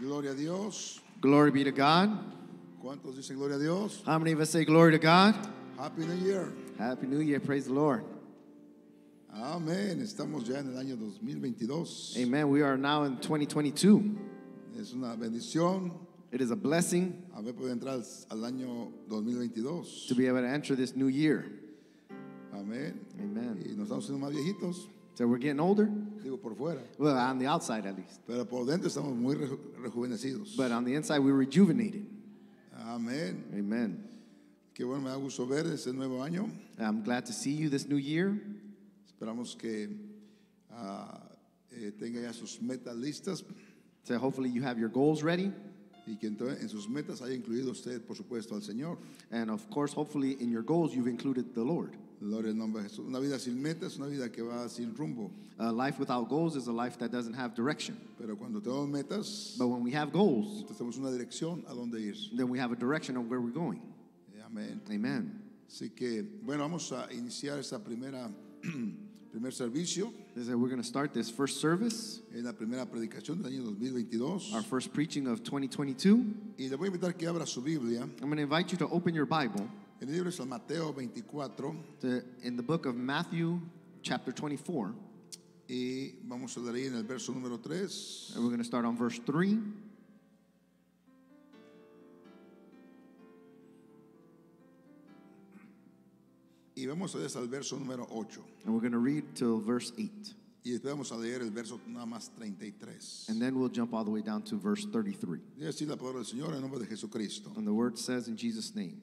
Gloria a Dios. Glory be to God. ¿Cuántos dicen gloria a Dios? How many of us say glory to God? Happy New Year. Happy New Year. Praise the Lord. Amén. Estamos ya en el año 2022. Amen. We are now in 2022. Es una bendición It is a blessing haber podido entrar al, al año to 2022. be able to enter this new year. Amén. Amen. Y nos estamos haciendo más viejitos, So we're getting older. digo por fuera, Well, on the outside at least. pero por dentro estamos muy reju- rejuvenecidos. But on the inside, we're rejuvenated. Amén. Amen. Qué bueno, me da gusto ver este nuevo año. I'm glad to see you this new year. Esperamos que ah, eh, tenga ya sus metas listas So hopefully you have your goals ready. y que entre- en sus metas haya incluido usted, por supuesto, al Señor. And of course, hopefully in your goals, you've included the Lord. Gloria al nombre de Jesús. Una vida sin metas es una vida que va sin rumbo. A life without goals is a life that doesn't have direction. Pero cuando tenemos metas, But when we have goals, entonces tenemos una dirección a dónde ir. then we have a direction of where we're going. Eh, Amén. Amen. Así que, bueno, vamos a iniciar esta primera, primer servicio. This is- we're going to start this first service, Es la primera predicación del año 2022. our first preaching of 2022. Y le voy a invitar que abra su Biblia. I'm going to invite you to open your Bible En el libro de San Mateo 24 to, in the book of Matthew, chapter 24. y vamos a leer ahí en el verso número 3. And we're going to start on verse 3. Y vamos a leer hasta el verso número 8. And we're going to read till verse 8. Y después vamos a leer el verso nada más 33. And then we'll jump all the way down to verse 33. Y así la palabra del Señor en nombre de Jesucristo. And the word says in Jesus' name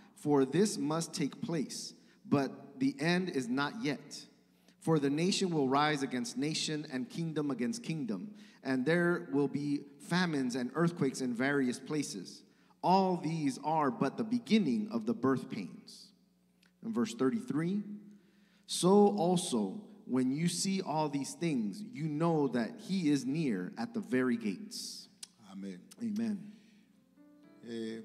for this must take place, but the end is not yet. For the nation will rise against nation and kingdom against kingdom, and there will be famines and earthquakes in various places. All these are but the beginning of the birth pains. In verse 33, so also, when you see all these things, you know that he is near at the very gates. Amén. Amen. Eh,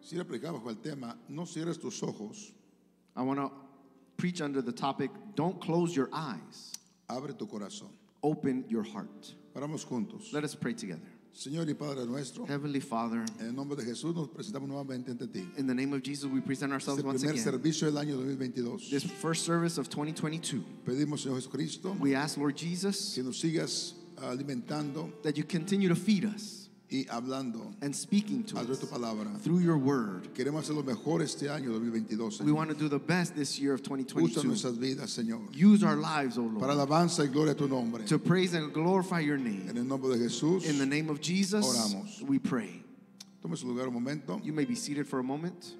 si aplicar bajo el tema, no cierres tus ojos, I want to preach under the topic don't close your eyes, abre tu corazón. open your heart. Oramos juntos. Let us pray together. Señor y Padre nuestro, Heavenly Father, en el nombre de Jesús nos presentamos nuevamente ante ti. in the name of Jesus, we present Este ourselves once primer again. servicio del año 2022. This first service of 2022, Pedimos, Señor Jesucristo, we ask, Lord Jesus, que nos sigas alimentando that you continue to feed us y hablando and speaking to a través us de tu palabra. through your word. Queremos hacer lo mejor este año 2022. We Señor. want to do the best this year of Usa 2022. nuestras vidas, Señor, Use our lives, O Lord. para alabanza y gloria a tu nombre. to praise and glorify your En name. el nombre de Jesús, In the name of Jesus, Oramos. we pray. tome su lugar un momento. You may be seated for a moment.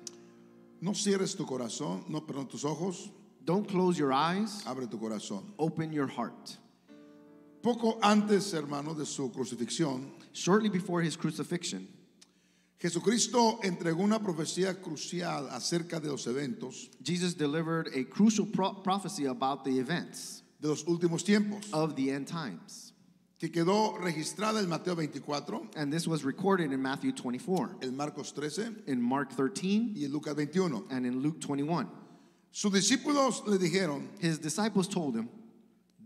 No cierres tu corazón, no, perdón, tus ojos, Don't close your eyes, abre tu corazón. open your heart. Poco antes, hermano, de su crucifixión, Shortly before his crucifixion, Jesucristo entregó una profecía crucial acerca de los eventos Jesus delivered a crucial pro- prophecy about the events de los últimos tiempos, of the end times. que quedó registrada en Mateo 24, And this was recorded in Matthew 24, en Marcos 13 in Mark 13, y en Lucas 21. and in Luke 21. Sus discípulos le dijeron, His disciples told him,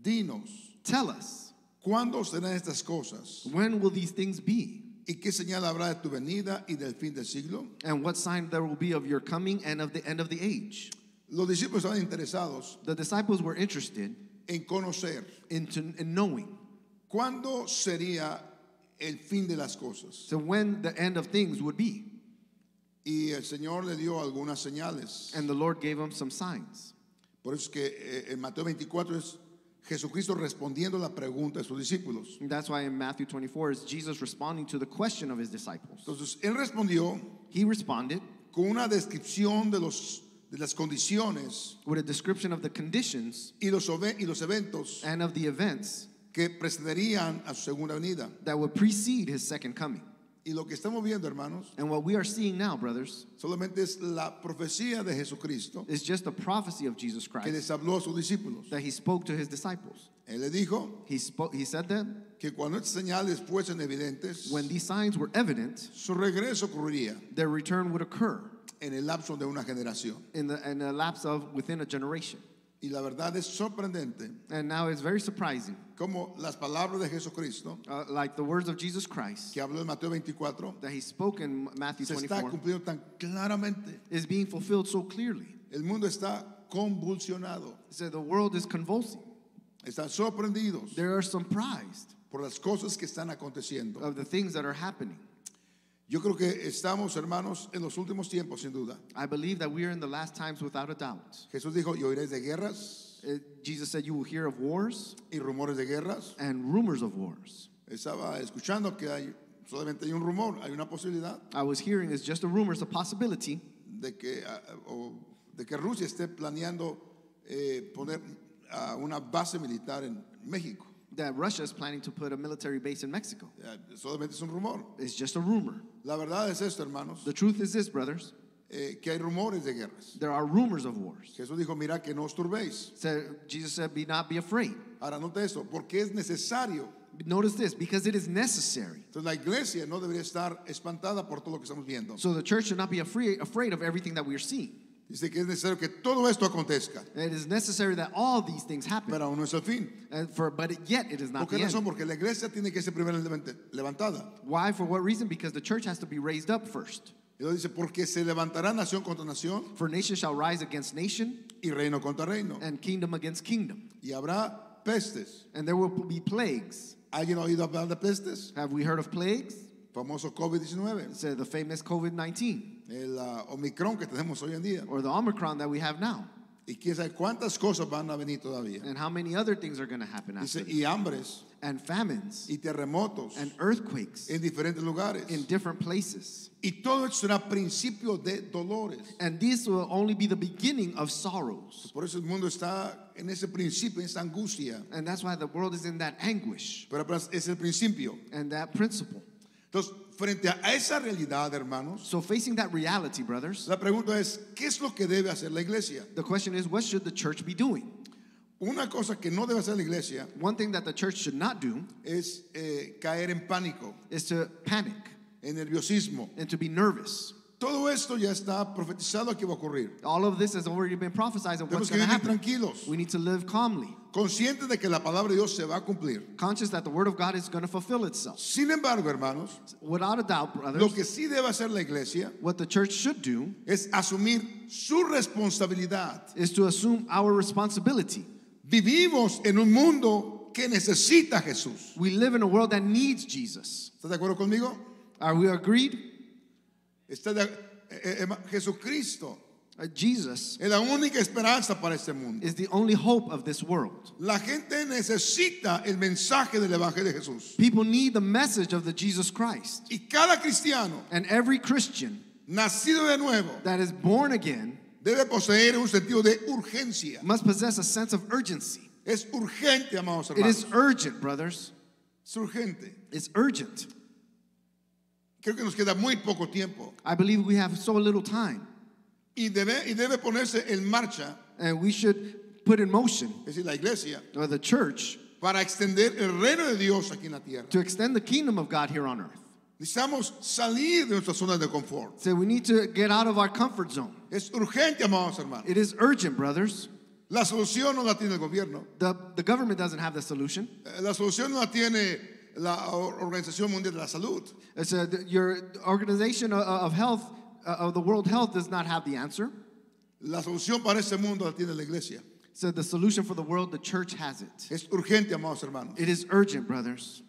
dinos, Tell us, ¿cuándo serán estas cosas? when will these things be? ¿Y qué señal habrá de tu venida y del fin del siglo? And what sign there will be of your coming and of the end of the age? Los discípulos estaban interesados The disciples were interested en conocer in, to, in knowing. cuándo sería el fin de las cosas. So when the end of things would be. Y el Señor le dio algunas señales. And the Lord gave them some signs. Por eso es que eh, en Mateo 24 es Jesucristo respondiendo la pregunta de sus discípulos. And that's why in Matthew 24 is Jesus responding to the question of his disciples. Entonces, él respondió He responded con una descripción de, los, de las condiciones with a description of the conditions y los, ove- y los eventos and of the events que precederían a su segunda venida. that would precede his second coming. Y lo que estamos viendo, hermanos, And what we are seeing now, brothers, solamente es la profecía de Jesucristo is just a prophecy of Jesus que Christ les habló a sus discípulos. that he spoke to his disciples. Él le dijo He, spoke, he said that que cuando estas señales fuesen evidentes, when these signs were evident, su regreso ocurriría their return would occur en el lapso de una generación. in the, in the lapse of within a generation. Y la verdad es sorprendente And now it's very surprising, cómo las palabras de Jesucristo, uh, like the words of Jesus Christ que habló en Mateo 24, that he spoke in Matthew se está 24 cumpliendo tan claramente. is being fulfilled so clearly. El mundo está convulsionado, So the world is convulsing. están sorprendidos They are surprised por las cosas que están aconteciendo. of the things that are happening. Yo creo que estamos, hermanos, en los últimos tiempos, sin duda. I believe that we are in the last times without a doubt. Jesús dijo, y oiréis de guerras Uh, Jesus said, You will hear of wars y rumores de guerras. and rumors of wars. Estaba escuchando que hay, solamente hay un rumor, hay una posibilidad I was hearing is just a rumor, it's a possibility de que, ah, o de que Rusia esté planeando eh, poner ah, una base militar en México. that Russia is planning to put a military base in Mexico. Ah, solamente es un rumor. It's just a rumor. La verdad es esto, hermanos, The truth is this, brothers eh, que hay rumores de guerras. there are rumors of wars. Jesús dijo, mira que no os turbéis. So Jesus said, Be not be afraid. Ahora nota esto, porque es necesario. Notice this because it is necessary. Entonces la iglesia no debería estar espantada por todo lo que estamos viendo. So the church should not be afraid, afraid of everything that we are seeing. Dice que es necesario que todo esto acontezca, And It is necessary that all these things happen, pero aún no es el fin. and for, but it- yet it is not ¿Por qué the razón? end. Porque la iglesia tiene que ser primero levante- levantada. Why? For what reason? Because the church has to be raised up first. Y luego dice, porque se levantará nación contra nación For nation shall rise against nation, y reino contra reino. and kingdom against kingdom. Y habrá pestes. And there will be plagues. ¿Alguien ha oído hablar de pestes? Have we heard of plagues? Famoso COVID-19, It's uh, the famous COVID 19 el ah, Omicron que tenemos hoy en día. or the Omicron that we have now. Y quién sabe cuántas cosas van a venir todavía. And how many other things are going to happen after Dice, this? y hambres, And famines y terremotos and earthquakes en diferentes lugares. in different places. Y todo esto será principio de dolores. And these will only be the beginning of sorrows. Por eso el mundo está en ese principio, en esa angustia. And that's why the world is in that anguish Pero apenas es el principio. and that principle. Entonces, frente a esa realidad, hermanos, So, facing that reality, brothers, la pregunta es, ¿qué es lo que debe hacer la iglesia? the question is what should the church be doing? Una cosa que no debe hacer la iglesia One thing that the church should not do es eh, caer en pánico, is to panic en nerviosismo. and to be nervous Todo esto ya está profetizado que va a ocurrir. All of this has already been prophesied and Tenemos what's que going to vivir happen. tranquilos, We need to live calmly, conscientes de que la palabra de Dios se va a cumplir. conscious that the word of God is going to fulfill itself. Sin embargo, hermanos, Without a doubt, lo brothers, que sí debe hacer la iglesia what the church should do es asumir su responsabilidad. is to assume our responsibility. Vivimos en un mundo que necesita a Jesús. We live in a world that needs Jesus. ¿Estás de acuerdo conmigo? Are we agreed? Está de- eh, eh, Jesucristo Uh, Jesus es la única esperanza para este mundo. is the only hope of this world. La gente necesita el mensaje del Evangelio de Jesús. People need the message of the Jesus Christ. Y cada cristiano And every Christian nacido de nuevo that is born again debe poseer un sentido de urgencia. must possess a sense of urgency. Es urgente, amados It is hermanos. urgent, brothers. Es urgente. It's urgent. Creo que nos queda muy poco tiempo. I believe we have so little time. Y debe, y debe ponerse en marcha, And we should put in motion, es decir, la iglesia, or the church, para extender el reino de Dios aquí en la tierra. to extend the kingdom of God here on earth. Necesitamos salir de nuestra zona de confort. So we need to get out of our comfort zone. Es urgente, amados hermanos. It is urgent, brothers. La solución no la tiene el gobierno. The, the government doesn't have the solution. Eh, La solución no la tiene la O- Organización Mundial de la Salud. It's uh, the- your organization o- of health, uh, of the World Health, does not have the answer. La solución para este mundo la tiene la iglesia. So the solution for the world, the church has it. Es urgente, amados hermanos. It is urgent, brothers.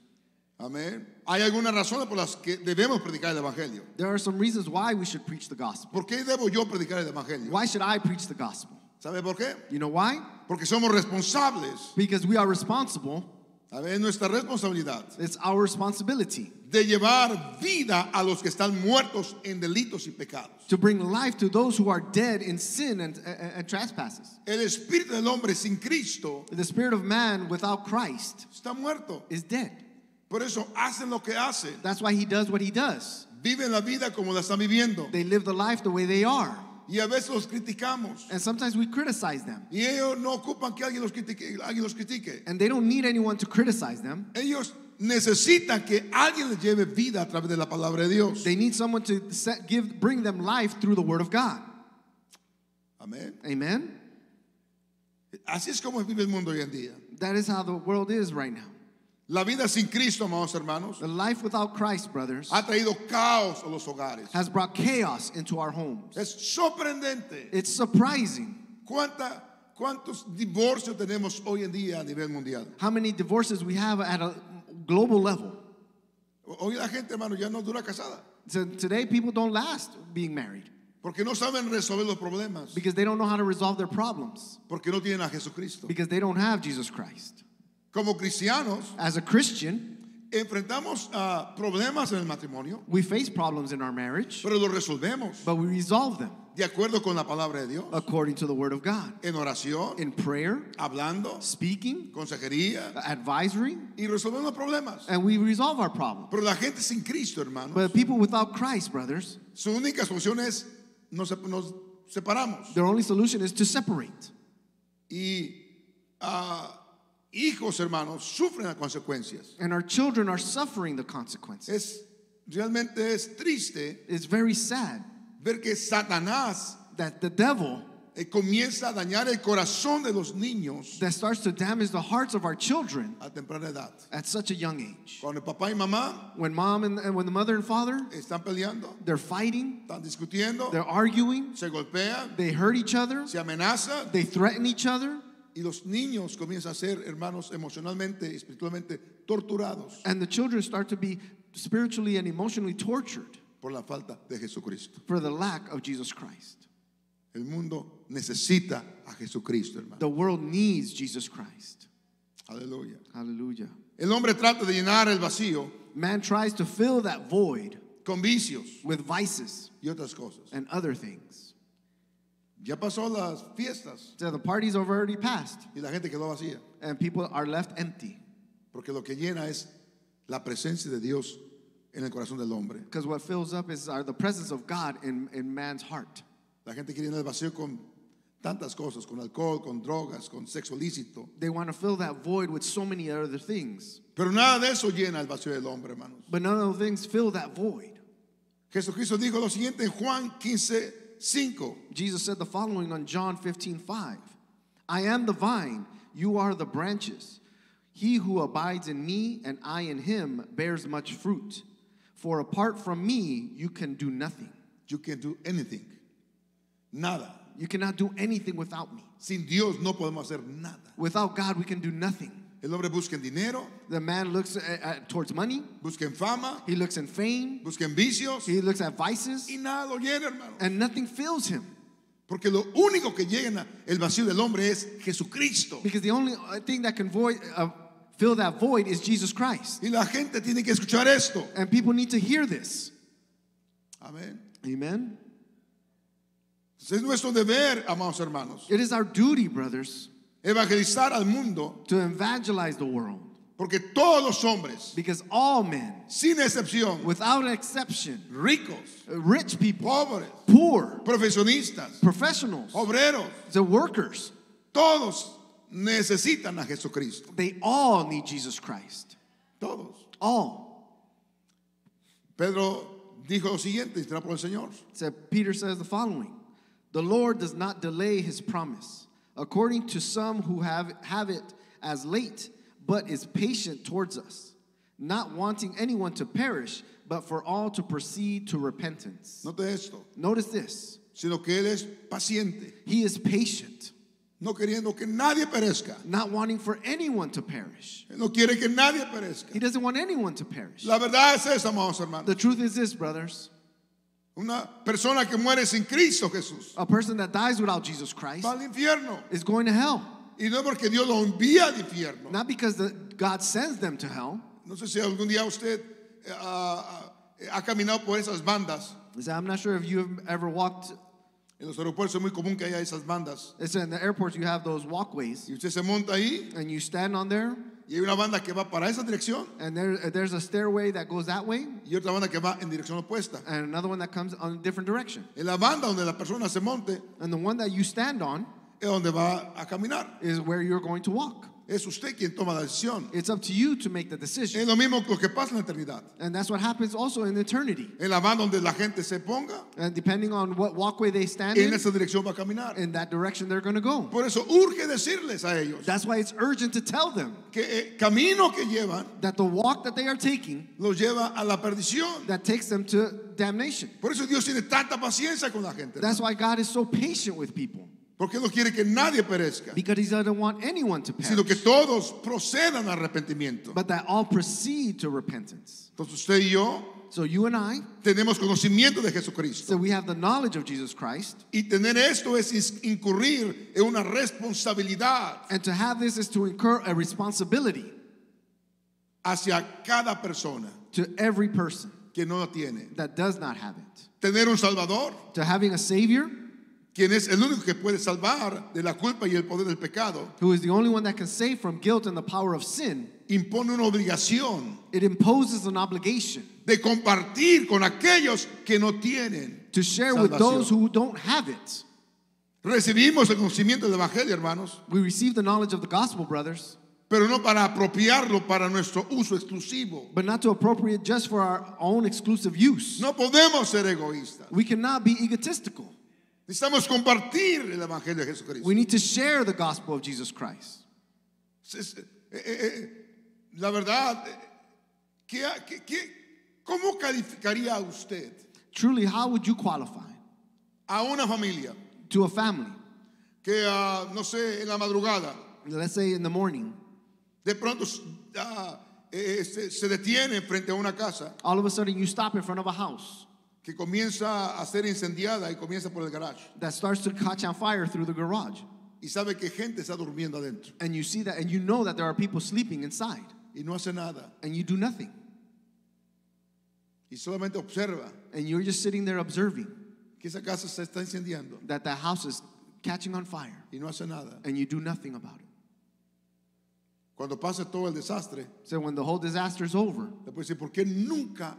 Amén. Hay algunas razones por las que debemos predicar el Evangelio. There are some reasons why we should preach the gospel. ¿Por qué debo yo predicar el Evangelio? Why should I preach the gospel? ¿Sabe por qué? You know why? Porque somos responsables. Because we are responsible. A ver, nuestra responsabilidad It's our responsibility. de llevar vida a los que están muertos en delitos y pecados. to bring life to those who are dead in sin and, and, and trespasses. El espíritu del hombre sin Cristo The spirit of man without Christ está muerto. is dead. Por eso hacen lo que hacen. That's why he does what he does. Viven la vida como la están viviendo. They live the life the way they are. Y a veces los criticamos. And sometimes we criticize them. Y ellos no ocupan que alguien los critique. Alguien los critique. And they don't need anyone to criticize them. Ellos necesitan que alguien les lleve vida a través de la palabra de Dios. They need someone to set, give, bring them life through the word of God. Amén. Amen? Así es como vive el mundo hoy en día. That is how the world is right now. La vida sin Cristo, amados hermanos, The life without Christ, brothers, ha traído caos a los hogares. has brought chaos into our homes. Es sorprendente It's surprising cuánta, cuántos divorcios tenemos hoy en día a nivel mundial. how many divorces we have at a global level. Hoy la gente, hermano, ya no dura casada So today, people don't last being married porque no saben resolver los problemas, because they don't know how to resolve their problems porque no tienen a Jesucristo. because they don't have Jesus Christ. Como cristianos, As a Christian, enfrentamos ah, problemas en el matrimonio, we face problems in our marriage, pero los resolvemos but we resolve them de acuerdo con la palabra de Dios, according to the Word of God en oración, in prayer, hablando, speaking, consejería, advisory, y resolvemos los problemas. and we resolve our problem. Pero la gente sin Cristo, hermano, But people without Christ, brothers, su única solución es nos, sep- nos separamos. their only solution is to separate. Y ah, hijos, hermanos, sufren las consecuencias. And our children are suffering the consequences. Es, realmente es triste It's very sad ver que Satanás that the devil eh, comienza a dañar el corazón de los niños that starts to damage the hearts of our children a temprana edad. at such a young age. Cuando el papá y mamá When mom and, and when the mother and father están peleando, they're fighting, están discutiendo, they're arguing, se golpean, they hurt each other, se amenazan they threaten each other, y los niños comienzan a ser, hermanos, emocionalmente y espiritualmente torturados and the children start to be spiritually and emotionally tortured por la falta de Jesucristo. for the lack of Jesus Christ. El mundo necesita a Jesucristo, hermano. The world needs Jesus Christ. Aleluya. Hallelujah. El hombre trata de llenar el vacío Man tries to fill that void con vicios with vices y otras cosas. and other things. Ya pasó las fiestas So the party's have already passed, y la gente quedó vacía, and people are left empty. porque lo que llena es la presencia de Dios en el corazón del hombre. Because what fills up is are the presence of God in, in man's heart. La gente quiere llenar el vacío con tantas cosas, con alcohol, con drogas, con sexo lícito, They want to fill that void with so many other things. pero nada de eso llena el vacío del hombre, hermanos. But none of those things fill that void. Jesucristo dijo lo siguiente en Juan 15, 5. Jesus said the following on John 15 5. I am the vine, you are the branches. He who abides in me and I in him bears much fruit. For apart from me, you can do nothing. You can do anything. Nada. You cannot do anything without me. Sin Dios no podemos hacer nada. Without God, we can do nothing. El hombre busca en dinero, The man looks at, at- towards money, busca en fama, he looks in fame, busca en vicios he looks at vices, y nada lo llena, hermano. and nothing fills him. Porque lo único que llena el vacío del hombre es Jesucristo. Because the only uh, thing that can void, uh, fill that void is Jesus Christ. Y la gente tiene que escuchar esto. And people need to hear this. Amén. Amen. Es nuestro deber, amados hermanos, It is our duty, brothers, evangelizar al mundo to evangelize the world. porque todos los hombres, Because all men, sin excepción, without exception, ricos, uh, rich people, pobres, poor, profesionistas, professionals, obreros, the workers, todos necesitan a Jesucristo. they all need Jesus Christ. Todos. All. Pedro dijo lo siguiente, estará por el Señor. So Peter says the following The Lord does not delay his promise, according to some who have, have it as late, but is patient towards us, not wanting anyone to perish, but for all to proceed to repentance. Note esto, Notice this sino que Él es paciente, He is patient, no queriendo que nadie perezca. not wanting for anyone to perish. Él no quiere que nadie perezca. He doesn't want anyone to perish. La verdad es esa, amados hermanos. The truth is this, brothers Una persona que muere sin Cristo Jesús a person that dies without Jesus Christ va al infierno. is going to hell, Y no es porque Dios lo envía al infierno. not because the, God sends them to hell. No sé si algún día usted eh, ah, ah, eh, ha caminado por esas bandas Is that I'm not sure if you've ever walked En los aeropuertos es muy común que haya esas bandas. It's in the airports, you have those walkways, Y usted se monta ahí and you stand on there, y hay una banda que va para esa dirección and there, there's a stairway that goes that way, y otra banda que va en dirección opuesta. and another one that comes on a different direction. En la banda donde la persona se monte And the one that you stand on es donde va a caminar. is where you're going to walk. Es usted quien toma la decisión. It's up to you to make the Es decision. lo mismo lo que pasa en la eternidad. And that's what happens also in eternity. En la banda donde la gente se ponga, And depending on what walkway they stand en in, esa dirección va a caminar. in that direction they're going to go. Por eso urge decirles a ellos That's why it's urgent to tell them que el camino que llevan that the walk that they are taking los lleva a la perdición. that takes them to damnation. Por eso Dios tiene tanta paciencia con la gente. That's why God is so patient with people Porque no quiere que nadie perezca, because He doesn't want anyone to sino que perish, todos procedan al arrepentimiento. but that all proceed to repentance. Entonces usted y yo So you and I, tenemos conocimiento de Jesucristo. so we have the knowledge of Jesus Christ, Y tener esto es ins- incurrir en una responsabilidad and to have this is to incur a responsibility hacia cada persona to every person que no la tiene. that does not have it. Tener un Salvador, To having a Savior quien es el único que puede salvar de la culpa y el poder del pecado, who is the only one that can save from guilt and the power of sin, impone una obligación it imposes an obligation de compartir con aquellos que no tienen. to share with Salvación. those who don't have it. Recibimos el conocimiento del Evangelio, hermanos, We receive the knowledge of the gospel, brothers, pero no para apropiarlo para nuestro uso exclusivo. but not to appropriate just for our own exclusive use. No podemos ser egoístas. We cannot be egotistical. Necesitamos compartir el Evangelio de Jesucristo. We need to share the gospel of Jesus Christ. Se- se- eh, eh, eh, la verdad, eh, ¿qué ha- qué- qué- ¿cómo calificaría a usted Truly, how would you qualify a una familia to a family? que, ah, no sé, en la madrugada, Let's say in the morning, de pronto s- ah, eh, eh, se, se detiene frente a una casa all of a sudden you stop in front of a house que comienza a ser incendiada y comienza por el garage that starts to catch on fire through the garage, y sabe que gente está durmiendo adentro and you see that, and you know that there are people sleeping inside, y no hace nada and you do nothing, y solamente observa and you're just sitting there observing que esa casa se está incendiando that that house is catching on fire, y no hace nada. and you do nothing about it. Cuando pase todo el desastre, So when the whole disaster is over, Le puede decir, ¿por qué nunca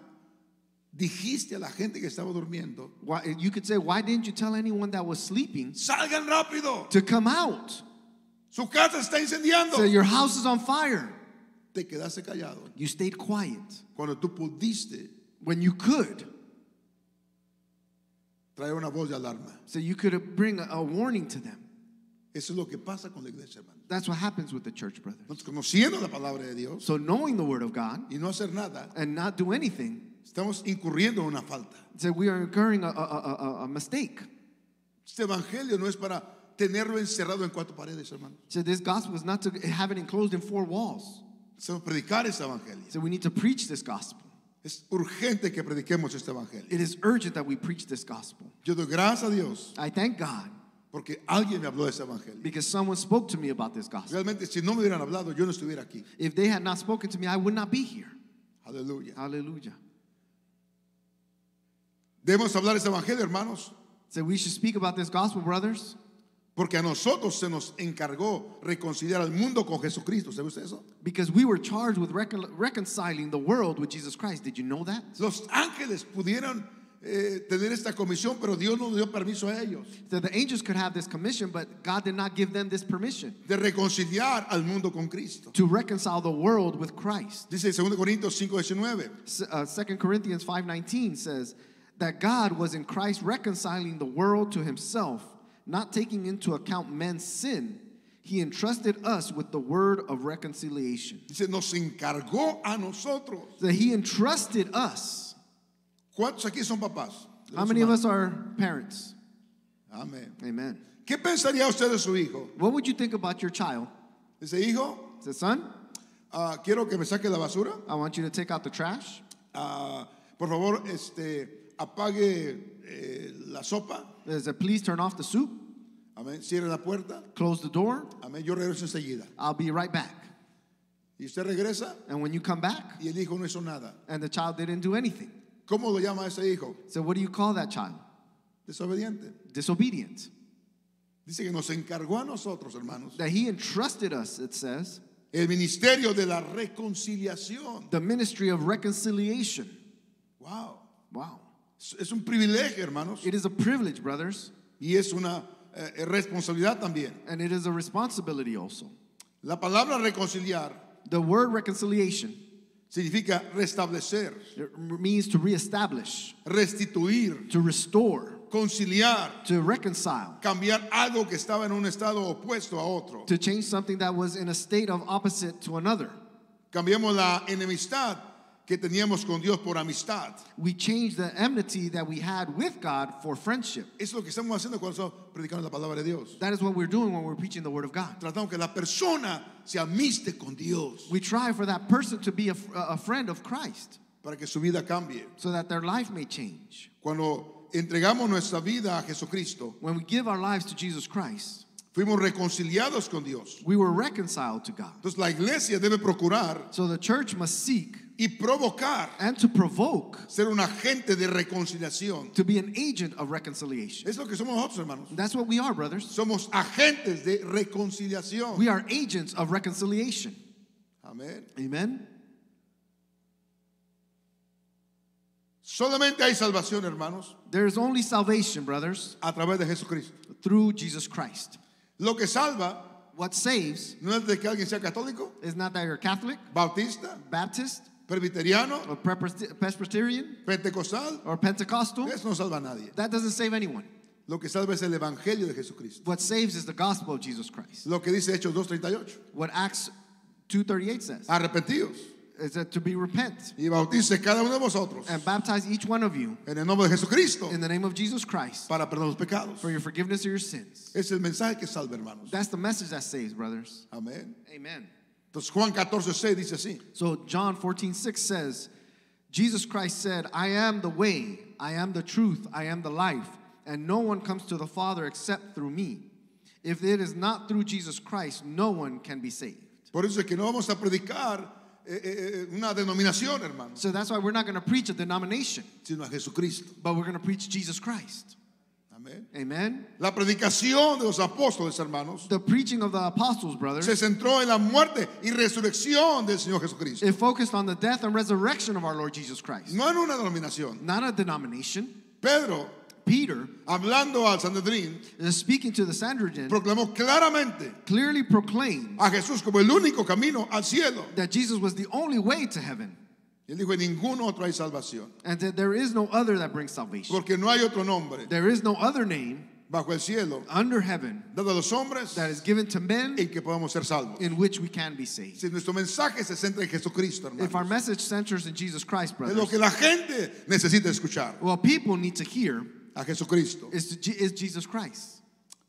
dijiste a la gente que estaba durmiendo? Why, you could say, why didn't you tell anyone that was sleeping Salgan rápido, to come out? su casa está incendiando. So your house is on fire. Te quedaste callado. You stayed quiet Cuando tú pudiste when you could. traer una voz de alarma. So you could bring a, a warning to them. Eso es lo que pasa con la iglesia, hermano. That's what happens with the church, brother. Nosotros conociendo la palabra de Dios So knowing the word of God y no hacer nada, and not do anything, estamos incurriendo en una falta. so we are incurring a, a, a, a- a mistake. Este evangelio no es para tenerlo encerrado en cuatro paredes, hermano. So this gospel is not to have it enclosed in four walls. Necesitamos predicar este evangelio. So we need to preach this gospel. Es urgente que prediquemos este evangelio. It is urgent that we preach this gospel. Yo doy gracias a Dios I thank God porque alguien me habló de este evangelio. because someone spoke to me about this gospel. Realmente, si no me hubieran hablado, yo no estuviera aquí. If they had not spoken to me, I would not be here. Aleluya. Hallelujah. Debemos hablar ese evangelio, hermanos, So we should speak about this gospel, brothers, porque a nosotros se nos encargó reconciliar al mundo con Jesucristo. ¿Sabe usted eso? because we were charged with recon- reconciling the world with Jesus Christ. Did you know that? Los ángeles pudieron eh, tener esta comisión, pero Dios no dio permiso a ellos So the angels could have this commission, but God did not give them this permission de reconciliar al mundo con Cristo. to reconcile the world with Christ. Dice en 2 Corintios 5, 19. S- uh, 2 Corinthians 5:19 says that God was in Christ reconciling the world to himself, not taking into account men's sin. He entrusted us with the word of reconciliation. Dice, nos encargó a nosotros. That he entrusted us ¿Cuántos aquí son papás? How many of us are parents? Amén. Amen. ¿Qué pensaría usted de su hijo? What would you think about your child? Dice, hijo, Say, son, ah, quiero que me saque la basura. I want you to take out the trash. Ah, por favor, este, apague eh, la sopa, They say, please turn off the soup, amén, cierre la puerta, close the door. amén, yo regreso enseguida. I'll be right back. Y usted regresa And when you come back, y el hijo no hizo nada. and the child didn't do anything. ¿Cómo lo llama ese hijo? So what do you call that child? desobediente. disobedient. Dice que nos encargó a nosotros, hermanos, That he entrusted us, it says, el ministerio de la reconciliación. the ministry of reconciliation. Wow. Wow. Es- Es un privilegio, hermanos, It is a privilege, brothers, y es una eh, responsabilidad también. and it is a responsibility also. La palabra reconciliar The word reconciliation significa restablecer, it means to reestablish, restituir, to restore, conciliar, to reconcile, cambiar algo que estaba en un estado opuesto a otro. to change something that was in a state of opposite to another. Cambiamos la enemistad que teníamos con Dios por amistad. We change the enmity that we had with God for friendship. Es lo que estamos haciendo cuando estamos predicando la palabra de Dios. That is what we're doing when we're preaching the word of God. Tratamos que la persona se amiste con Dios We try for that person to be a, a friend of Christ para que su vida cambie. so that their life may change. Cuando entregamos nuestra vida a Jesucristo, When we give our lives to Jesus Christ, fuimos reconciliados con Dios. we were reconciled to God. Entonces la iglesia debe procurar So the church must seek y provocar and to provoke ser un agente de reconciliación. to be an agent of reconciliation. Es lo que somos nosotros, hermanos. That's what we are, brothers. Somos agentes de reconciliación. We are agents of reconciliation. Amén. Amen. Solamente hay salvación, hermanos, There is only salvation, brothers, a través de Jesucristo. through Jesus Christ. Lo que salva What saves no es de que alguien sea católico, is not that you're Catholic, bautista, Baptist, presbiteriano, or Prepres- Presbyterian, pentecostal. or Pentecostal. Eso no salva a nadie. That doesn't save anyone. Lo que salva es el Evangelio de Jesucristo. What saves is the gospel of Jesus Christ. Lo que dice Hechos 2.38. What Acts 2.38 says Arrepentidos is that to be repent y bautice cada uno de vosotros and baptize each one of you en el nombre de Jesucristo in the name of Jesus Christ para perdonar los pecados. for your forgiveness of your sins. Es el mensaje que salva, hermanos. That's the message that saves, brothers. Amén. Amen. Entonces Juan 14, 6 dice así. So John 14, 6 says, Jesus Christ said, I am the way, I am the truth, I am the life, and no one comes to the Father except through me. If it is not through Jesus Christ, no one can be saved. Por eso es que no vamos a predicar eh, eh, eh, una denominación, hermanos, So that's why we're not going to preach a denomination, sino a Jesucristo. but we're going to preach Jesus Christ. Amén. Amen. La predicación de los apóstoles, hermanos, The preaching of the apostles, brothers, se centró en la muerte y resurrección del Señor Jesucristo. it focused on the death and resurrection of our Lord Jesus Christ, No en una denominación. not a denomination. Pedro, Peter hablando al Sanedrín, is speaking to the Sanhedrin, proclamó claramente clearly proclaimed a Jesús como el único camino al cielo. that Jesus was the only way to heaven Y él dijo, en ningún otro hay salvación, and that there is no other that brings salvation. porque no hay otro nombre There is no other name bajo el cielo under heaven dado a los hombres that is given to men en que podamos ser salvos. in which we can be saved. Si nuestro mensaje se centra en Jesucristo, If hermano, our message centers in Jesus Christ, es lo brothers, que la gente necesita escuchar, what people need to hear a Jesucristo. is, to, Je- is Jesus Christ.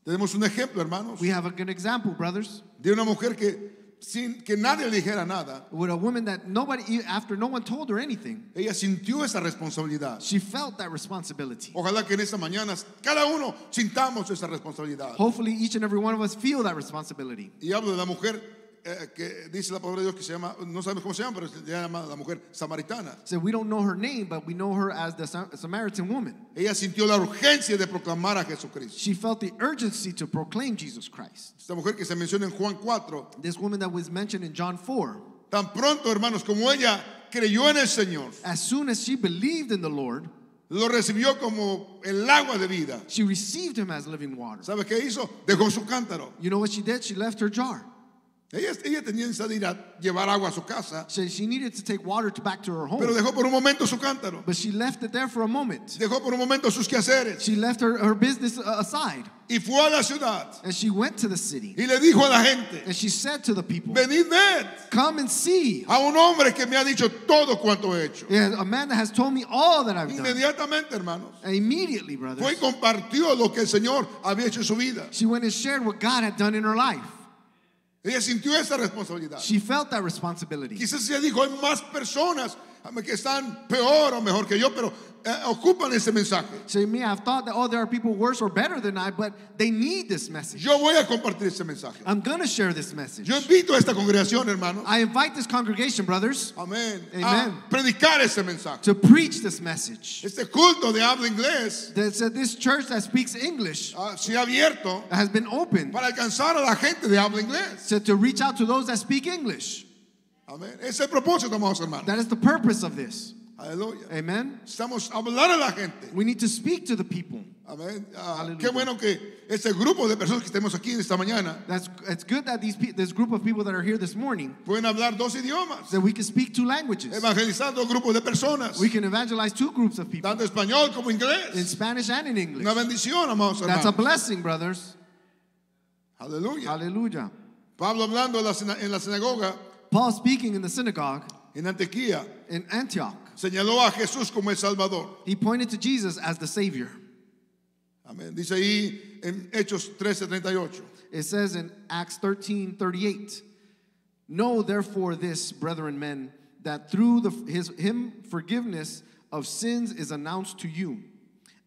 Tenemos un ejemplo, hermanos, We have a good example, brothers, de una mujer que sin que nadie le dijera nada, with a woman that nobody, e, after no one told her anything, ella sintió esa responsabilidad. she felt that responsibility. Ojalá que en esta mañana cada uno sintamos esa responsabilidad. Hopefully, each and every one of us feel that responsibility. Y hablo de la mujer eh, que dice la palabra de Dios que se llama, no sabemos cómo se llama, pero se llama la mujer samaritana. So we don't know her name, but we know her as the Sam- Samaritan woman. Ella sintió la urgencia de proclamar a Jesucristo. She felt the urgency to proclaim Jesus Christ. Esta mujer que se menciona en Juan 4, This woman that was mentioned in John 4, tan pronto, hermanos, como ella creyó en el Señor, as soon as she believed in the Lord, lo recibió como el agua de vida. she received him as living water. ¿Sabe qué hizo? Dejó su cántaro. You know what she did? She left her jar. Ella, ella tenía necesidad de ir a llevar agua a su casa, So she needed to take water to back to her pero home, dejó por un momento su cántaro. but she left it there for a moment. Dejó por un momento sus quehaceres She left her, her business a- aside y fue a la ciudad and she went to the city y le dijo a la gente, and she said to the people, venid ved Come and see a un hombre que me ha dicho todo cuanto he hecho. yeah, a man that has told me all that I've done. Inmediatamente, hermanos, And immediately, fue y brothers, compartió lo que el Señor había hecho en su vida. she went and shared what God had done in her life. Ella sintió esa responsabilidad. She felt that responsibility. Quizás ella dijo, hay más personas que están peor o mejor que yo, pero eh, ocupan ese mensaje. So me, I've thought that, oh, there are people worse or better than I, but they need this message. Yo voy a compartir ese mensaje. I'm going to share this message. Yo invito a esta congregación, hermano, I invite this congregation, brothers, amén, Amen. a predicar ese mensaje. to preach this message. Este culto de habla inglés That said, this church that speaks English ah, se ha abierto has been opened para alcanzar a la gente de habla inglés. to, to reach out to those that speak English. Amén. Ese es el propósito, amados hermanos. That is the purpose of this. Aleluya. Amen. Estamos a hablar a la gente. We need to speak to the people. Amén. Ah, Aleluya. qué bueno que este grupo de personas que estemos aquí en esta mañana That's it's good that these pe- this group of people that are here this morning pueden hablar dos idiomas, that we can speak two languages. evangelizar dos grupos de personas, We can evangelize two groups of people tanto español como in inglés. Spanish and in English. Una bendición, amados That's a hermanos. blessing, brothers. Aleluya. Hallelujah. Pablo hablando en la, sina- en la sinagoga Paul speaking in the synagogue en Antequía in Antioch, señaló a Jesús como el Salvador. he pointed to Jesus as the Savior. Amén. Dice ahí en Hechos 13:38. It says in Acts 13 38, Know therefore this, brethren men, that through the, his, him forgiveness of sins is announced to you,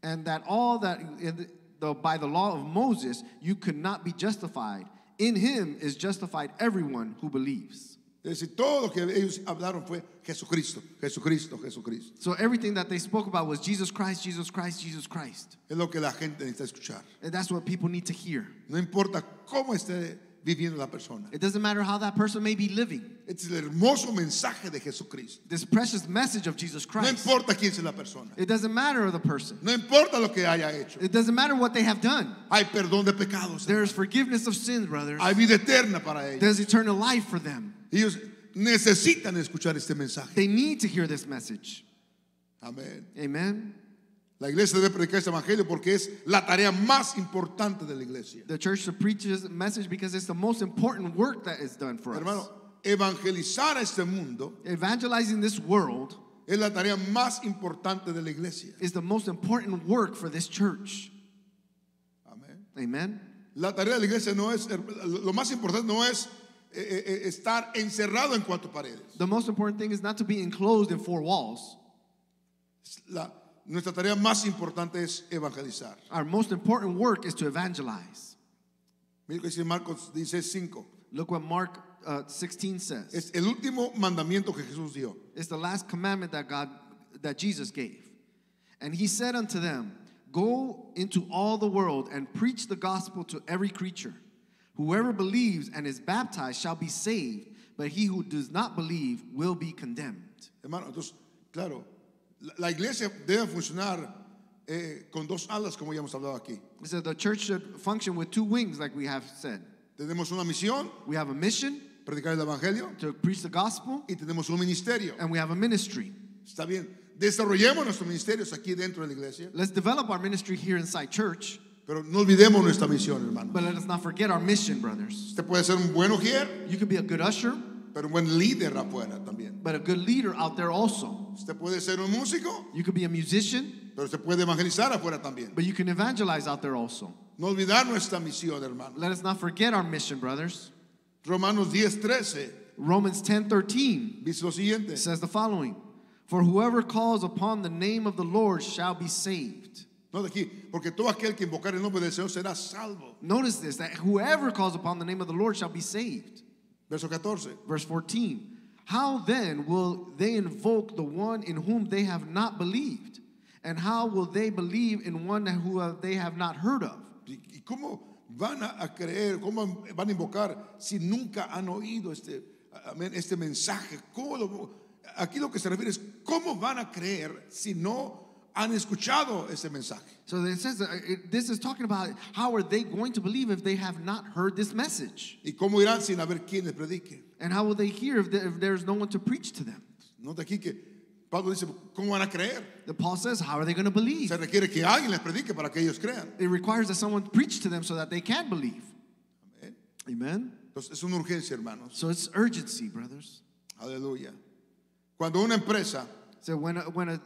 and that all that in the, by the law of Moses you could not be justified. In him is justified everyone who believes. Es decir, todo lo que ellos hablaron fue Jesucristo, Jesucristo, Jesucristo. So everything that they spoke about was Jesus Christ, Jesus Christ, Jesus Christ. Es lo que la gente necesita escuchar. And that's what people need to hear. No importa cómo esté viviendo la persona. It doesn't matter how that person may be living. Este es el hermoso mensaje de Jesucristo. This precious message of Jesus No Christ. importa quién sea la persona. It doesn't matter the person. No importa lo que haya hecho. It doesn't matter what they have done. Hay perdón de pecados. There is forgiveness of sins, brothers. Hay vida eterna para ellos. There's eternal life for them. Ellos necesitan escuchar este mensaje. They need to hear this message. Amén. Amen. La iglesia debe predicar este evangelio porque es la tarea más importante de la iglesia. The church to preach this message because it's the most important work that is done for us. Hermano, evangelizar a este mundo Evangelizing this world es la tarea más importante de la iglesia. is the most important work for this church. Amén. Amen. La tarea de la iglesia no es, lo más importante no es eh, eh, eh, estar encerrado en cuatro paredes. The most important thing is not to be enclosed in four walls. La- nuestra tarea más importante es evangelizar. Our most important work is to evangelize. Mira lo que dice Marcos 5. Look what Mark uh, 16 says. Es el último mandamiento que Jesús dio. It's the last commandment that God that Jesus gave. And he said unto them, Go into all the world and preach the gospel to every creature. Whoever believes and is baptized shall be saved, but he who does not believe will be condemned. Hermano, entonces, claro, la, la iglesia debe funcionar eh, con dos alas, como ya hemos hablado aquí. He said the church should function with two wings, like we have said. Tenemos una misión, We have a mission predicar el evangelio, to preach the gospel, y tenemos un ministerio. and we have a ministry. Está bien. Desarrollemos nuestros ministerios aquí dentro de la iglesia, Let's develop our ministry here inside church, pero no olvidemos nuestra misión, hermano. but let us not forget our mission, brothers. Usted puede ser un buen ujier, You can be a good usher, pero un buen líder afuera también. but a good leader out there also. Usted puede ser un músico, You could be a musician, pero usted puede evangelizar afuera también. but you can evangelize out there also. No olvidar nuestra misión, hermano. Let us not forget our mission, brothers. Romanos 10, 13 Romans 10 13 dice lo siguiente. says the following For whoever calls upon the name of the Lord shall be saved. No de aquí, porque todo aquel que invocar el nombre del Señor será salvo. Notice this that whoever calls upon the name of the Lord shall be saved. Verso 14. Verse 14 How then will they invoke the one in whom they have not believed? And how will they believe in one who uh, they have not heard of? ¿Y y cómo van a, a creer, cómo van a invocar si nunca han oído este, amén, este mensaje? ¿Cómo lo- aquí lo que se refiere es cómo van a creer si no han escuchado ese mensaje. So it says that uh, it- this is talking about how are they going to believe if they have not heard this message, ¿Y cómo irán sin haber quien les predique? and how will they hear if, there- if there's no one to preach to them? Nota aquí que Pablo dice, ¿cómo van a creer? Then Paul says, how are they going to believe? Se requiere que alguien les predique para que ellos crean. It requires that someone preach to them so that they can believe. Amén. Amen. Entonces es una urgencia, hermanos. So it's urgency, brothers. Aleluya. Cuando una empresa So when a, when a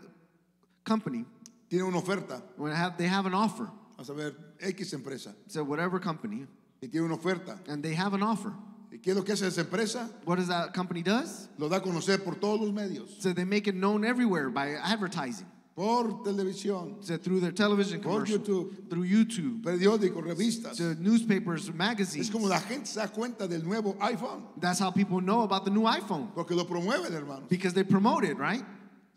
company tiene una oferta, when have they have an offer, vamos a ver, X empresa, so whatever company, y tiene una oferta, and they have an offer, y, ¿Y qué es lo que hace esa empresa? What does that company does? Lo da a conocer por todos los medios, So they make it known everywhere by advertising, por televisión, so through their television Por commercial, YouTube. through YouTube, periódicos, revistas. to newspapers, Es magazines. como la gente se da cuenta del nuevo iPhone, That's how people know about the new iPhone porque lo promueven, hermano. because they promote it, right?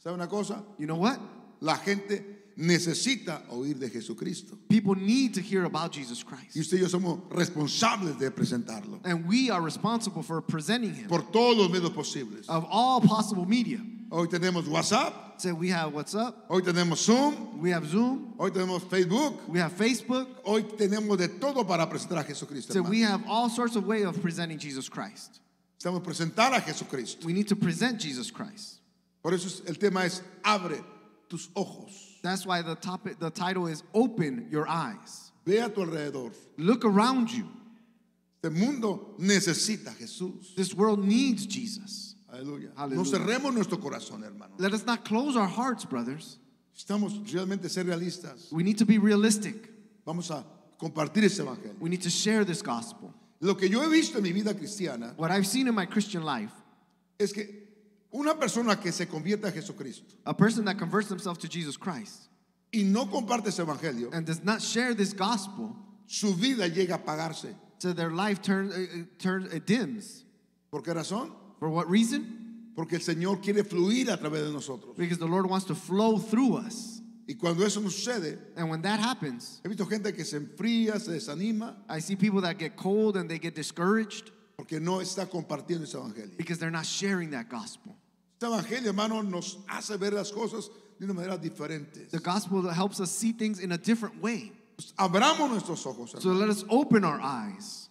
¿Sabe una cosa? You know what? La gente necesita oír de Jesucristo. People need to hear about Jesus Y Christ, usted y yo somos responsables de presentarlo and we are responsible for presenting Him por todos los medios posibles. of all possible media. Hoy tenemos WhatsApp, So we have WhatsApp, hoy tenemos Zoom, we have Zoom, hoy tenemos Facebook, we have Facebook. hoy tenemos de todo para presentar a Jesucristo. So hermano. we have all sorts of way of presenting Jesus Christ. Estamos presentar a Jesucristo. We need to present Jesus Christ. Por eso es- el tema es abre tus ojos, That's why the topic, the title is "Open Your Eyes." ve a tu alrededor. Look around you. Este mundo necesita a Jesús. This world needs Jesus. Aleluya. No Aleluya. cerremos nuestro corazón, hermano. Let us not close our hearts, brothers. Estamos realmente ser realistas. We need to be realistic. Vamos a compartir ese evangelio. We need to share this gospel. Lo que yo he visto en mi vida cristiana What I've seen in my Christian life, es que una persona que se convierte a Jesucristo a person that converts himself to Jesus Christ y no comparte ese evangelio, and does not share this gospel, su vida llega a apagarse. so their life turns uh, turns it dims. ¿Por qué razón? For what reason? Porque el Señor quiere fluir a través de nosotros. Because the Lord wants to flow through us. Y cuando eso no sucede, And when that happens, he visto gente que se enfría, se desanima, I see people that get cold and they get discouraged porque no está compartiendo ese evangelio. because they're not sharing that gospel. Este evangelio, hermano, nos hace ver las cosas de una manera diferente. The gospel that helps us see things in a different way. Pues, abramos nuestros ojos. So hermano. let us open our eyes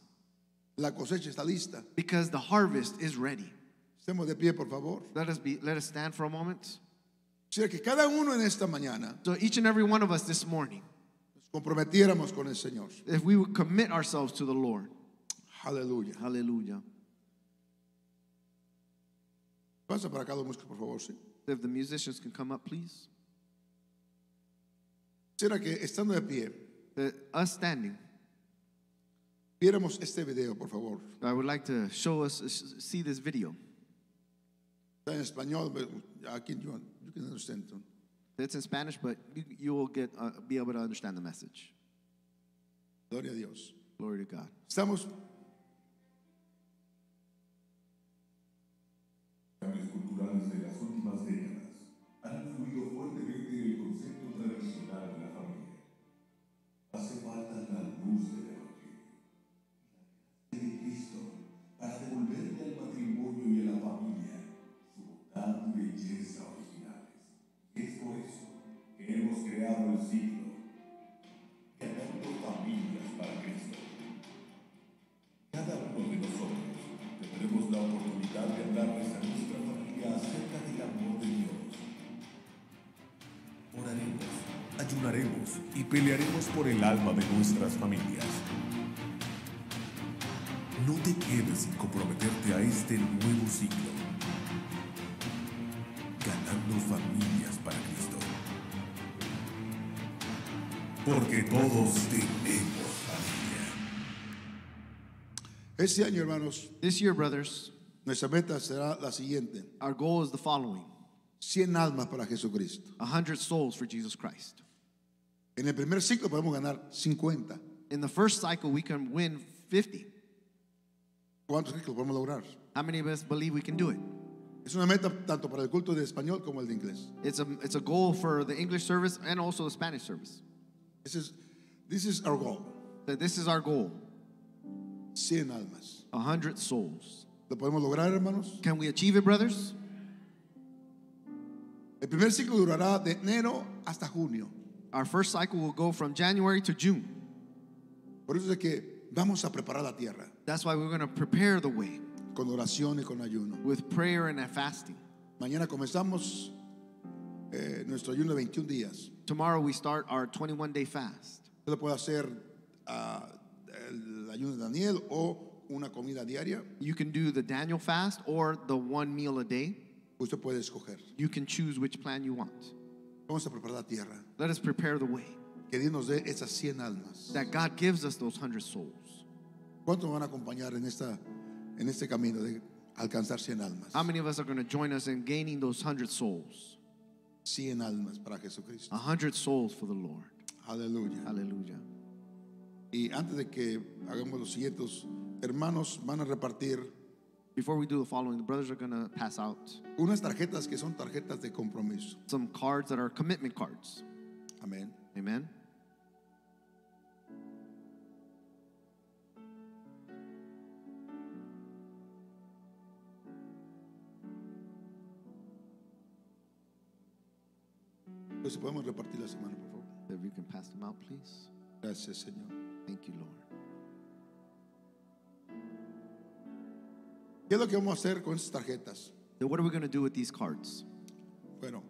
La cosecha está lista. because the harvest is ready. Estemos de pie, por favor. Let us be let us stand for a moment. Quisiera que cada uno en esta mañana So each and every one of us this morning, nos comprometiéramos con el Señor. if we would commit ourselves to the Lord. Aleluya. Hallelujah. Pasa para acá los músicos, por favor. ¿sí? If the musicians can come up, please. Quisiera que estando de pie, The, Uh, us standing. viéramos este video, por favor. I would like to show us uh, see this video. Está en español, pero I can, you, you can understand. too. It's in Spanish, but you, you will get uh, be able to understand the message. Gloria a Dios. Glory to God. Estamos cambios culturales de las últimas décadas han influido fuertemente en el concepto tradicional de la familia. Hace falta la luz del Evangelio, la gracia de Cristo, para devolverle al matrimonio y a la familia su bondad y belleza originales. Es por eso que hemos creado el ciclo Ganando Familias para Cristo. Cada uno de nosotros tendremos la oportunidad de hablarles a nuestra familia acerca del amor de Dios. Oraremos, ayunaremos y pelearemos por el alma de nuestras familias. No te quedes sin comprometerte a este nuevo ciclo. Ganando familias para Cristo. Porque todos tenemos familia. este año, hermanos. This year, brothers, Nuestra meta será la siguiente: our goal is the following 100 almas para Jesucristo. 100 souls for Jesus Christ. En el primer ciclo podemos ganar 50. In the first cycle, we can win 50. ¿Cuántos ciclos podemos lograr? How many of us believe we can do it? Es una meta tanto para el culto de español como el de inglés. It's a, it's a goal for the English service and also the Spanish service. This is, this is our goal: That this is our goal 100 almas. 100 souls. ¿Lo podemos lograr, hermanos? Can we achieve it, brothers? El primer ciclo durará de enero hasta junio. Our first cycle will go from January to June. Por eso es que vamos a preparar la tierra That's why we're going to prepare the way con oración y con ayuno. with prayer and fasting. Mañana comenzamos eh, nuestro ayuno de 21 días. Tomorrow, we start our 21 day fast. Usted lo puede hacer ah, el ayuno de Daniel o una comida diaria. You can do the Daniel fast or the one meal a day. Usted puede escoger. You can choose which plan you want. Vamos a preparar la tierra. Let us prepare the way Que Dios nos dé esas 100 almas. that God gives us those hundred souls. ¿Cuántos me van a acompañar en esta, en este camino de alcanzar 100 almas. How many of us are going to join us in gaining those 100 souls? 100 almas para Jesucristo. 100 souls for the Lord. Aleluya. Hallelujah. Y antes de que hagamos los siguientes, hermanos van a repartir Before we do the following, the brothers are going to pass out unas tarjetas que son tarjetas de compromiso. some cards that are commitment cards. Amén. Amen. Pues si podemos repartir las hermanos, por favor. If you can pass them out, please. Gracias, Señor. Thank you, Lord. ¿Qué es lo que vamos a hacer con estas tarjetas? Then what are we going to do with these cards? Bueno,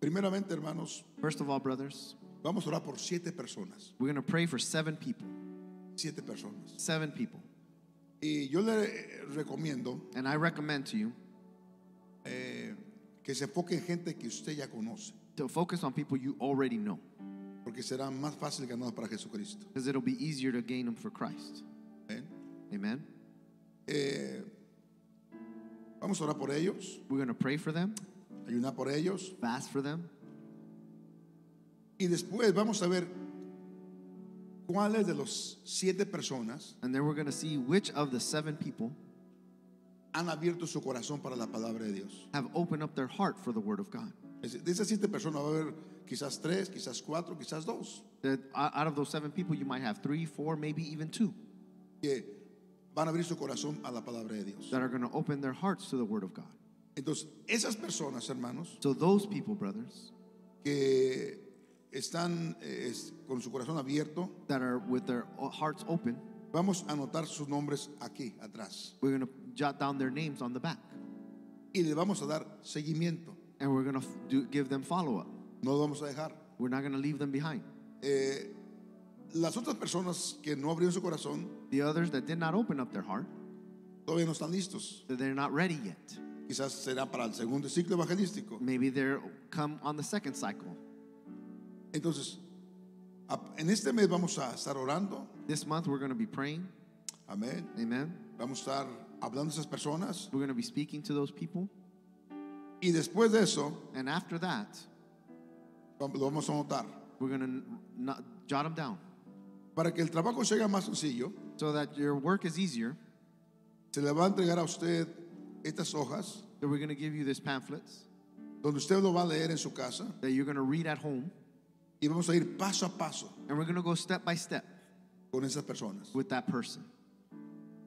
primeramente, hermanos, First of all, brothers, vamos a orar por siete personas. we're going to pray for seven people. Siete personas. Seven people. Y yo le eh, recomiendo And I recommend to you eh, que se enfoque en gente que usted ya conoce, to focus on people you already know porque será más fácil ganar para Jesucristo. because it'll be easier to gain them for Christ. Amén. Amen. Eh, vamos a orar por ellos, We're going to pray for them, ayunar por ellos, fast for them, y después vamos a ver cuáles de las siete personas and then we're going to see which of the seven people han abierto su corazón para la palabra de Dios. have opened up their heart for the Word of God. Es decir, De esas siete personas va a haber quizás tres, quizás cuatro, quizás dos, That o- out of those seven people, you might have three, four, maybe even two que van a abrir su corazón a la palabra de Dios. that are going to open their hearts to the Word of God. Entonces, esas personas, hermanos, So, those people, brothers, que están eh, es- con su corazón abierto, that are with their o- hearts open, vamos a anotar sus nombres aquí atrás we're going to jot down their names on the back y le vamos a dar seguimiento. and we're going to do, give them follow up. No lo vamos a dejar. We're not going to leave them behind. Eh, las otras personas que no abrieron su corazón The others that did not open up their heart, todavía no están listos. that they're not ready yet. Quizás será para el segundo ciclo evangelístico. Maybe they're come on the second cycle. Entonces, a- en este mes vamos a estar orando. This month, we're going to be praying. Amén. Amen. Vamos a estar hablando a esas personas. We're going to be speaking to those people. Y después de eso, And after that, vam- lo vamos a anotar. we're going to not, jot them down. Para que el trabajo sea más sencillo, so that your work is easier, se le va a entregar a usted estas hojas that we're going to give you this pamphlets donde usted lo va a leer en su casa that you're going to read at home, y vamos a ir paso a paso and we're going to go step by step con esas personas. with that person.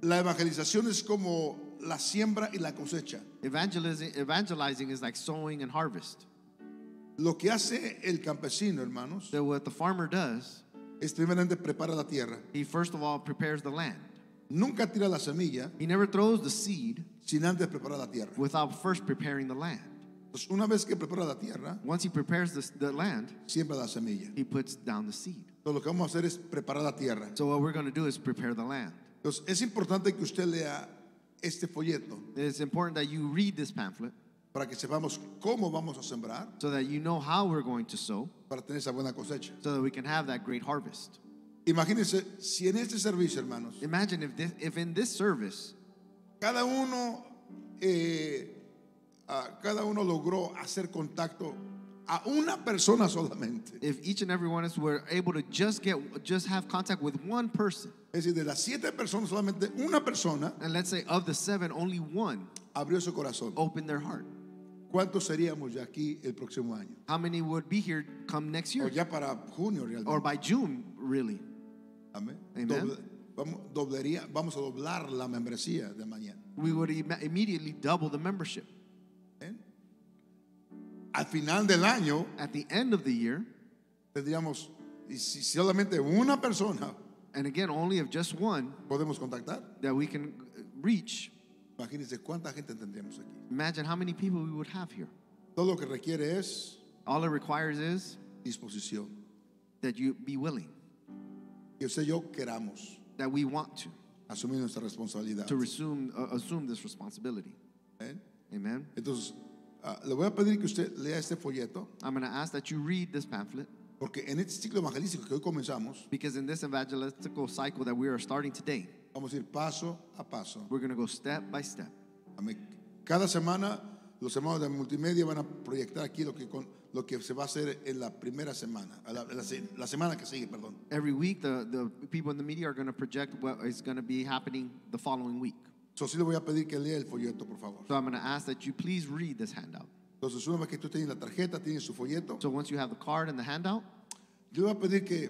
La evangelización es como la siembra y la cosecha. Evangelizing, evangelizing is like sowing and harvest. Lo que hace el campesino, hermanos, So what the farmer does, es primeramente prepara la tierra. he first of all prepares the land. Nunca tira la semilla He never throws the seed sin antes preparar la tierra. without first preparing the land. Entonces, una vez que prepara la tierra, Once he prepares the, the land, siembra la semilla. he puts down the seed. Entonces, lo que vamos a hacer es preparar la tierra. So what we're going to do is prepare the land. Entonces, es importante que usted lea este folleto It's important that you read this pamphlet para que sepamos cómo vamos a sembrar so that you know how we're going to sow para tener esa buena cosecha. so that we can have that great harvest. Imagínense, si en este servicio, hermanos, Imagine if this, if in this service, cada uno, eh, ah, cada uno logró hacer contacto a una persona solamente. if each and every one of us were able to just get just have contact with one person, Es decir, de las siete personas, solamente una persona and let's say of the seven, only one abrió su corazón. opened their heart. ¿Cuántos seríamos ya aquí el próximo año? How many would be here come next O year ya para junio realmente. or by June, really? Amén. Amen. Doble- vamos, doblería, vamos a doblar la membresía de mañana. We would im- immediately double the membership. Amén. Al final del año, At the end of the year, tendríamos, y si solamente una persona and again, only if just one podemos contactar, that we can uh, reach. imagínense cuánta gente tendríamos aquí. Imagine how many people we would have here. Todo lo que requiere es All it requires is disposición. that you be willing, Que usted y yo queramos that we want to asumir nuestra responsabilidad. to resume, uh, assume this responsibility. Amén. Amen. Entonces, ah, le voy a pedir que usted lea este folleto, I'm going to ask that you read this pamphlet porque en este ciclo evangelístico que hoy comenzamos, because in this evangelistical cycle that we are starting today, Vamos a ir paso a paso. We're going to go step by step. Amén. Cada semana los hermanos de multimedia van a proyectar aquí lo que, con- lo que se va a hacer en la primera semana, a la, la se- la semana que sigue, perdón. Every week, the, the people in the media are going to project what is going to be happening the following week. So, sí le voy a pedir que lea el folleto, por favor. So I'm going to ask that you please read this handout. Entonces, una vez que tú tienes la tarjeta, tienes su folleto, So once you have the card and the handout, yo le voy a pedir que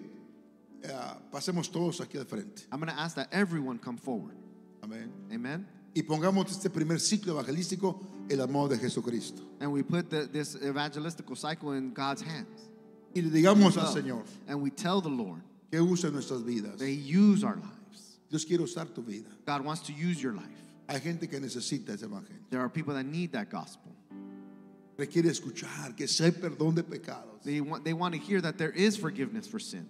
eh, pasemos todos aquí al frente. I'm going to ask that everyone come forward. Amén. Amen. Y pongamos este primer ciclo evangelístico el amor de Jesucristo. And we put the, this evangelistical cycle in God's hands. Y le digamos al Well, Señor And we tell the Lord que use nuestras vidas. they use our lives. Dios quiere usar tu vida. God wants to use your life. Hay gente que necesita ese evangelio. There are people that need that gospel. Requiere escuchar que sea perdón de pecados. They want, they want to hear that there is forgiveness for sin.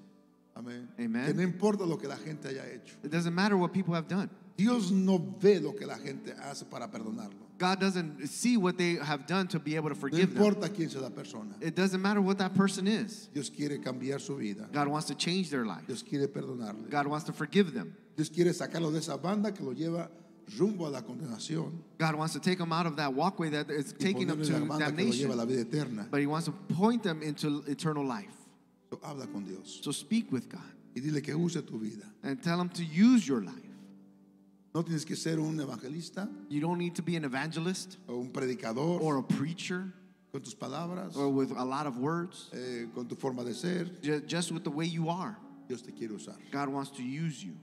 Amén. Amen. Que no importa lo que la gente haya hecho. It doesn't matter what people have done. Dios no ve lo que la gente hace para perdonarlo. God doesn't see what they have done to be able to No forgive them. importa quién sea la persona. It doesn't matter what that person is. Dios quiere cambiar su vida. God wants to change their life. Dios quiere perdonarle. God wants to forgive them. Dios quiere sacarlo de esa banda que lo lleva rumbo a la condenación. God wants to take them out of that walkway that is Y taking them ponerlo en la to banda que lo lleva a la damnation. vida eterna. But He wants to point them into eternal life. So, habla con Dios So speak with God y dile que use tu vida. and tell Him to use your life. No tienes que ser un evangelista You don't need to be an evangelist o un predicador or a preacher con tus palabras, or with a lot of words. eh, con tu forma de ser. Ju- Just with the way you are, Dios te quiere usar. God wants to use you.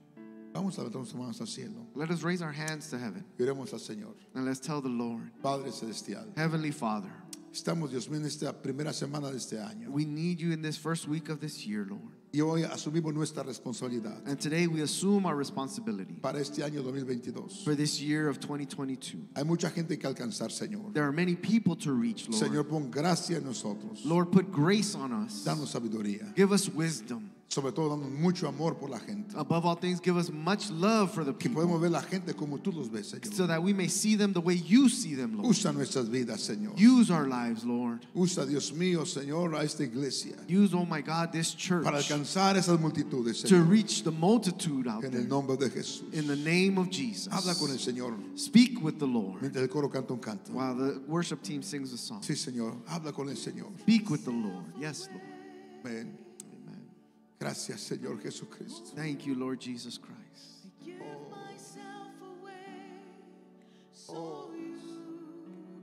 Vamos a levantar nuestras manos al cielo. Let us raise our hands to heaven Y oremos al Señor. and let's tell the Lord, Padre Celestial, Heavenly Father, estamos, Dios mío, en esta primera semana de este año. we need you in this first week of this year, Lord. Y hoy asumimos nuestra responsabilidad And today we assume our responsibility para este año 2022. for this year of 2022. Hay mucha gente que alcanzar, Señor. There are many people to reach, Lord. Señor, pon gracia en nosotros. Lord, put grace on us. Danos sabiduría. Give us wisdom. Sobre todo, danos mucho amor por la gente. Above all things, give us much love for the Que people podemos ver la gente como tú los ves, so Señor. that we may see them the way you see them, Lord. Usa nuestras vidas, Señor. Use our lives, Lord. Usa, Dios mío, Señor, a esta iglesia Use, oh my God, this church para alcanzar esas multitudes, to Señor. reach the multitude out En there. el nombre de Jesús. In the name of Jesus. Habla con el Señor Speak with the Lord mientras el coro canta un canto. while the worship team sings a song. Sí, Señor. Habla con el Señor. Speak with the Lord. Yes, Lord. Amén. Amen. Gracias, Señor Jesucristo. Thank you, Lord Jesus Christ. Give myself away so you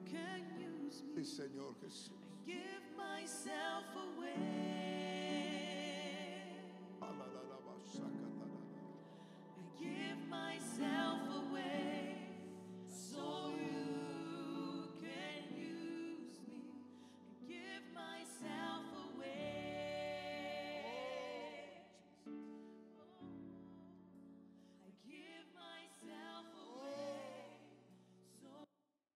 can use me. Sí, Señor Jesús. Give myself away Oh,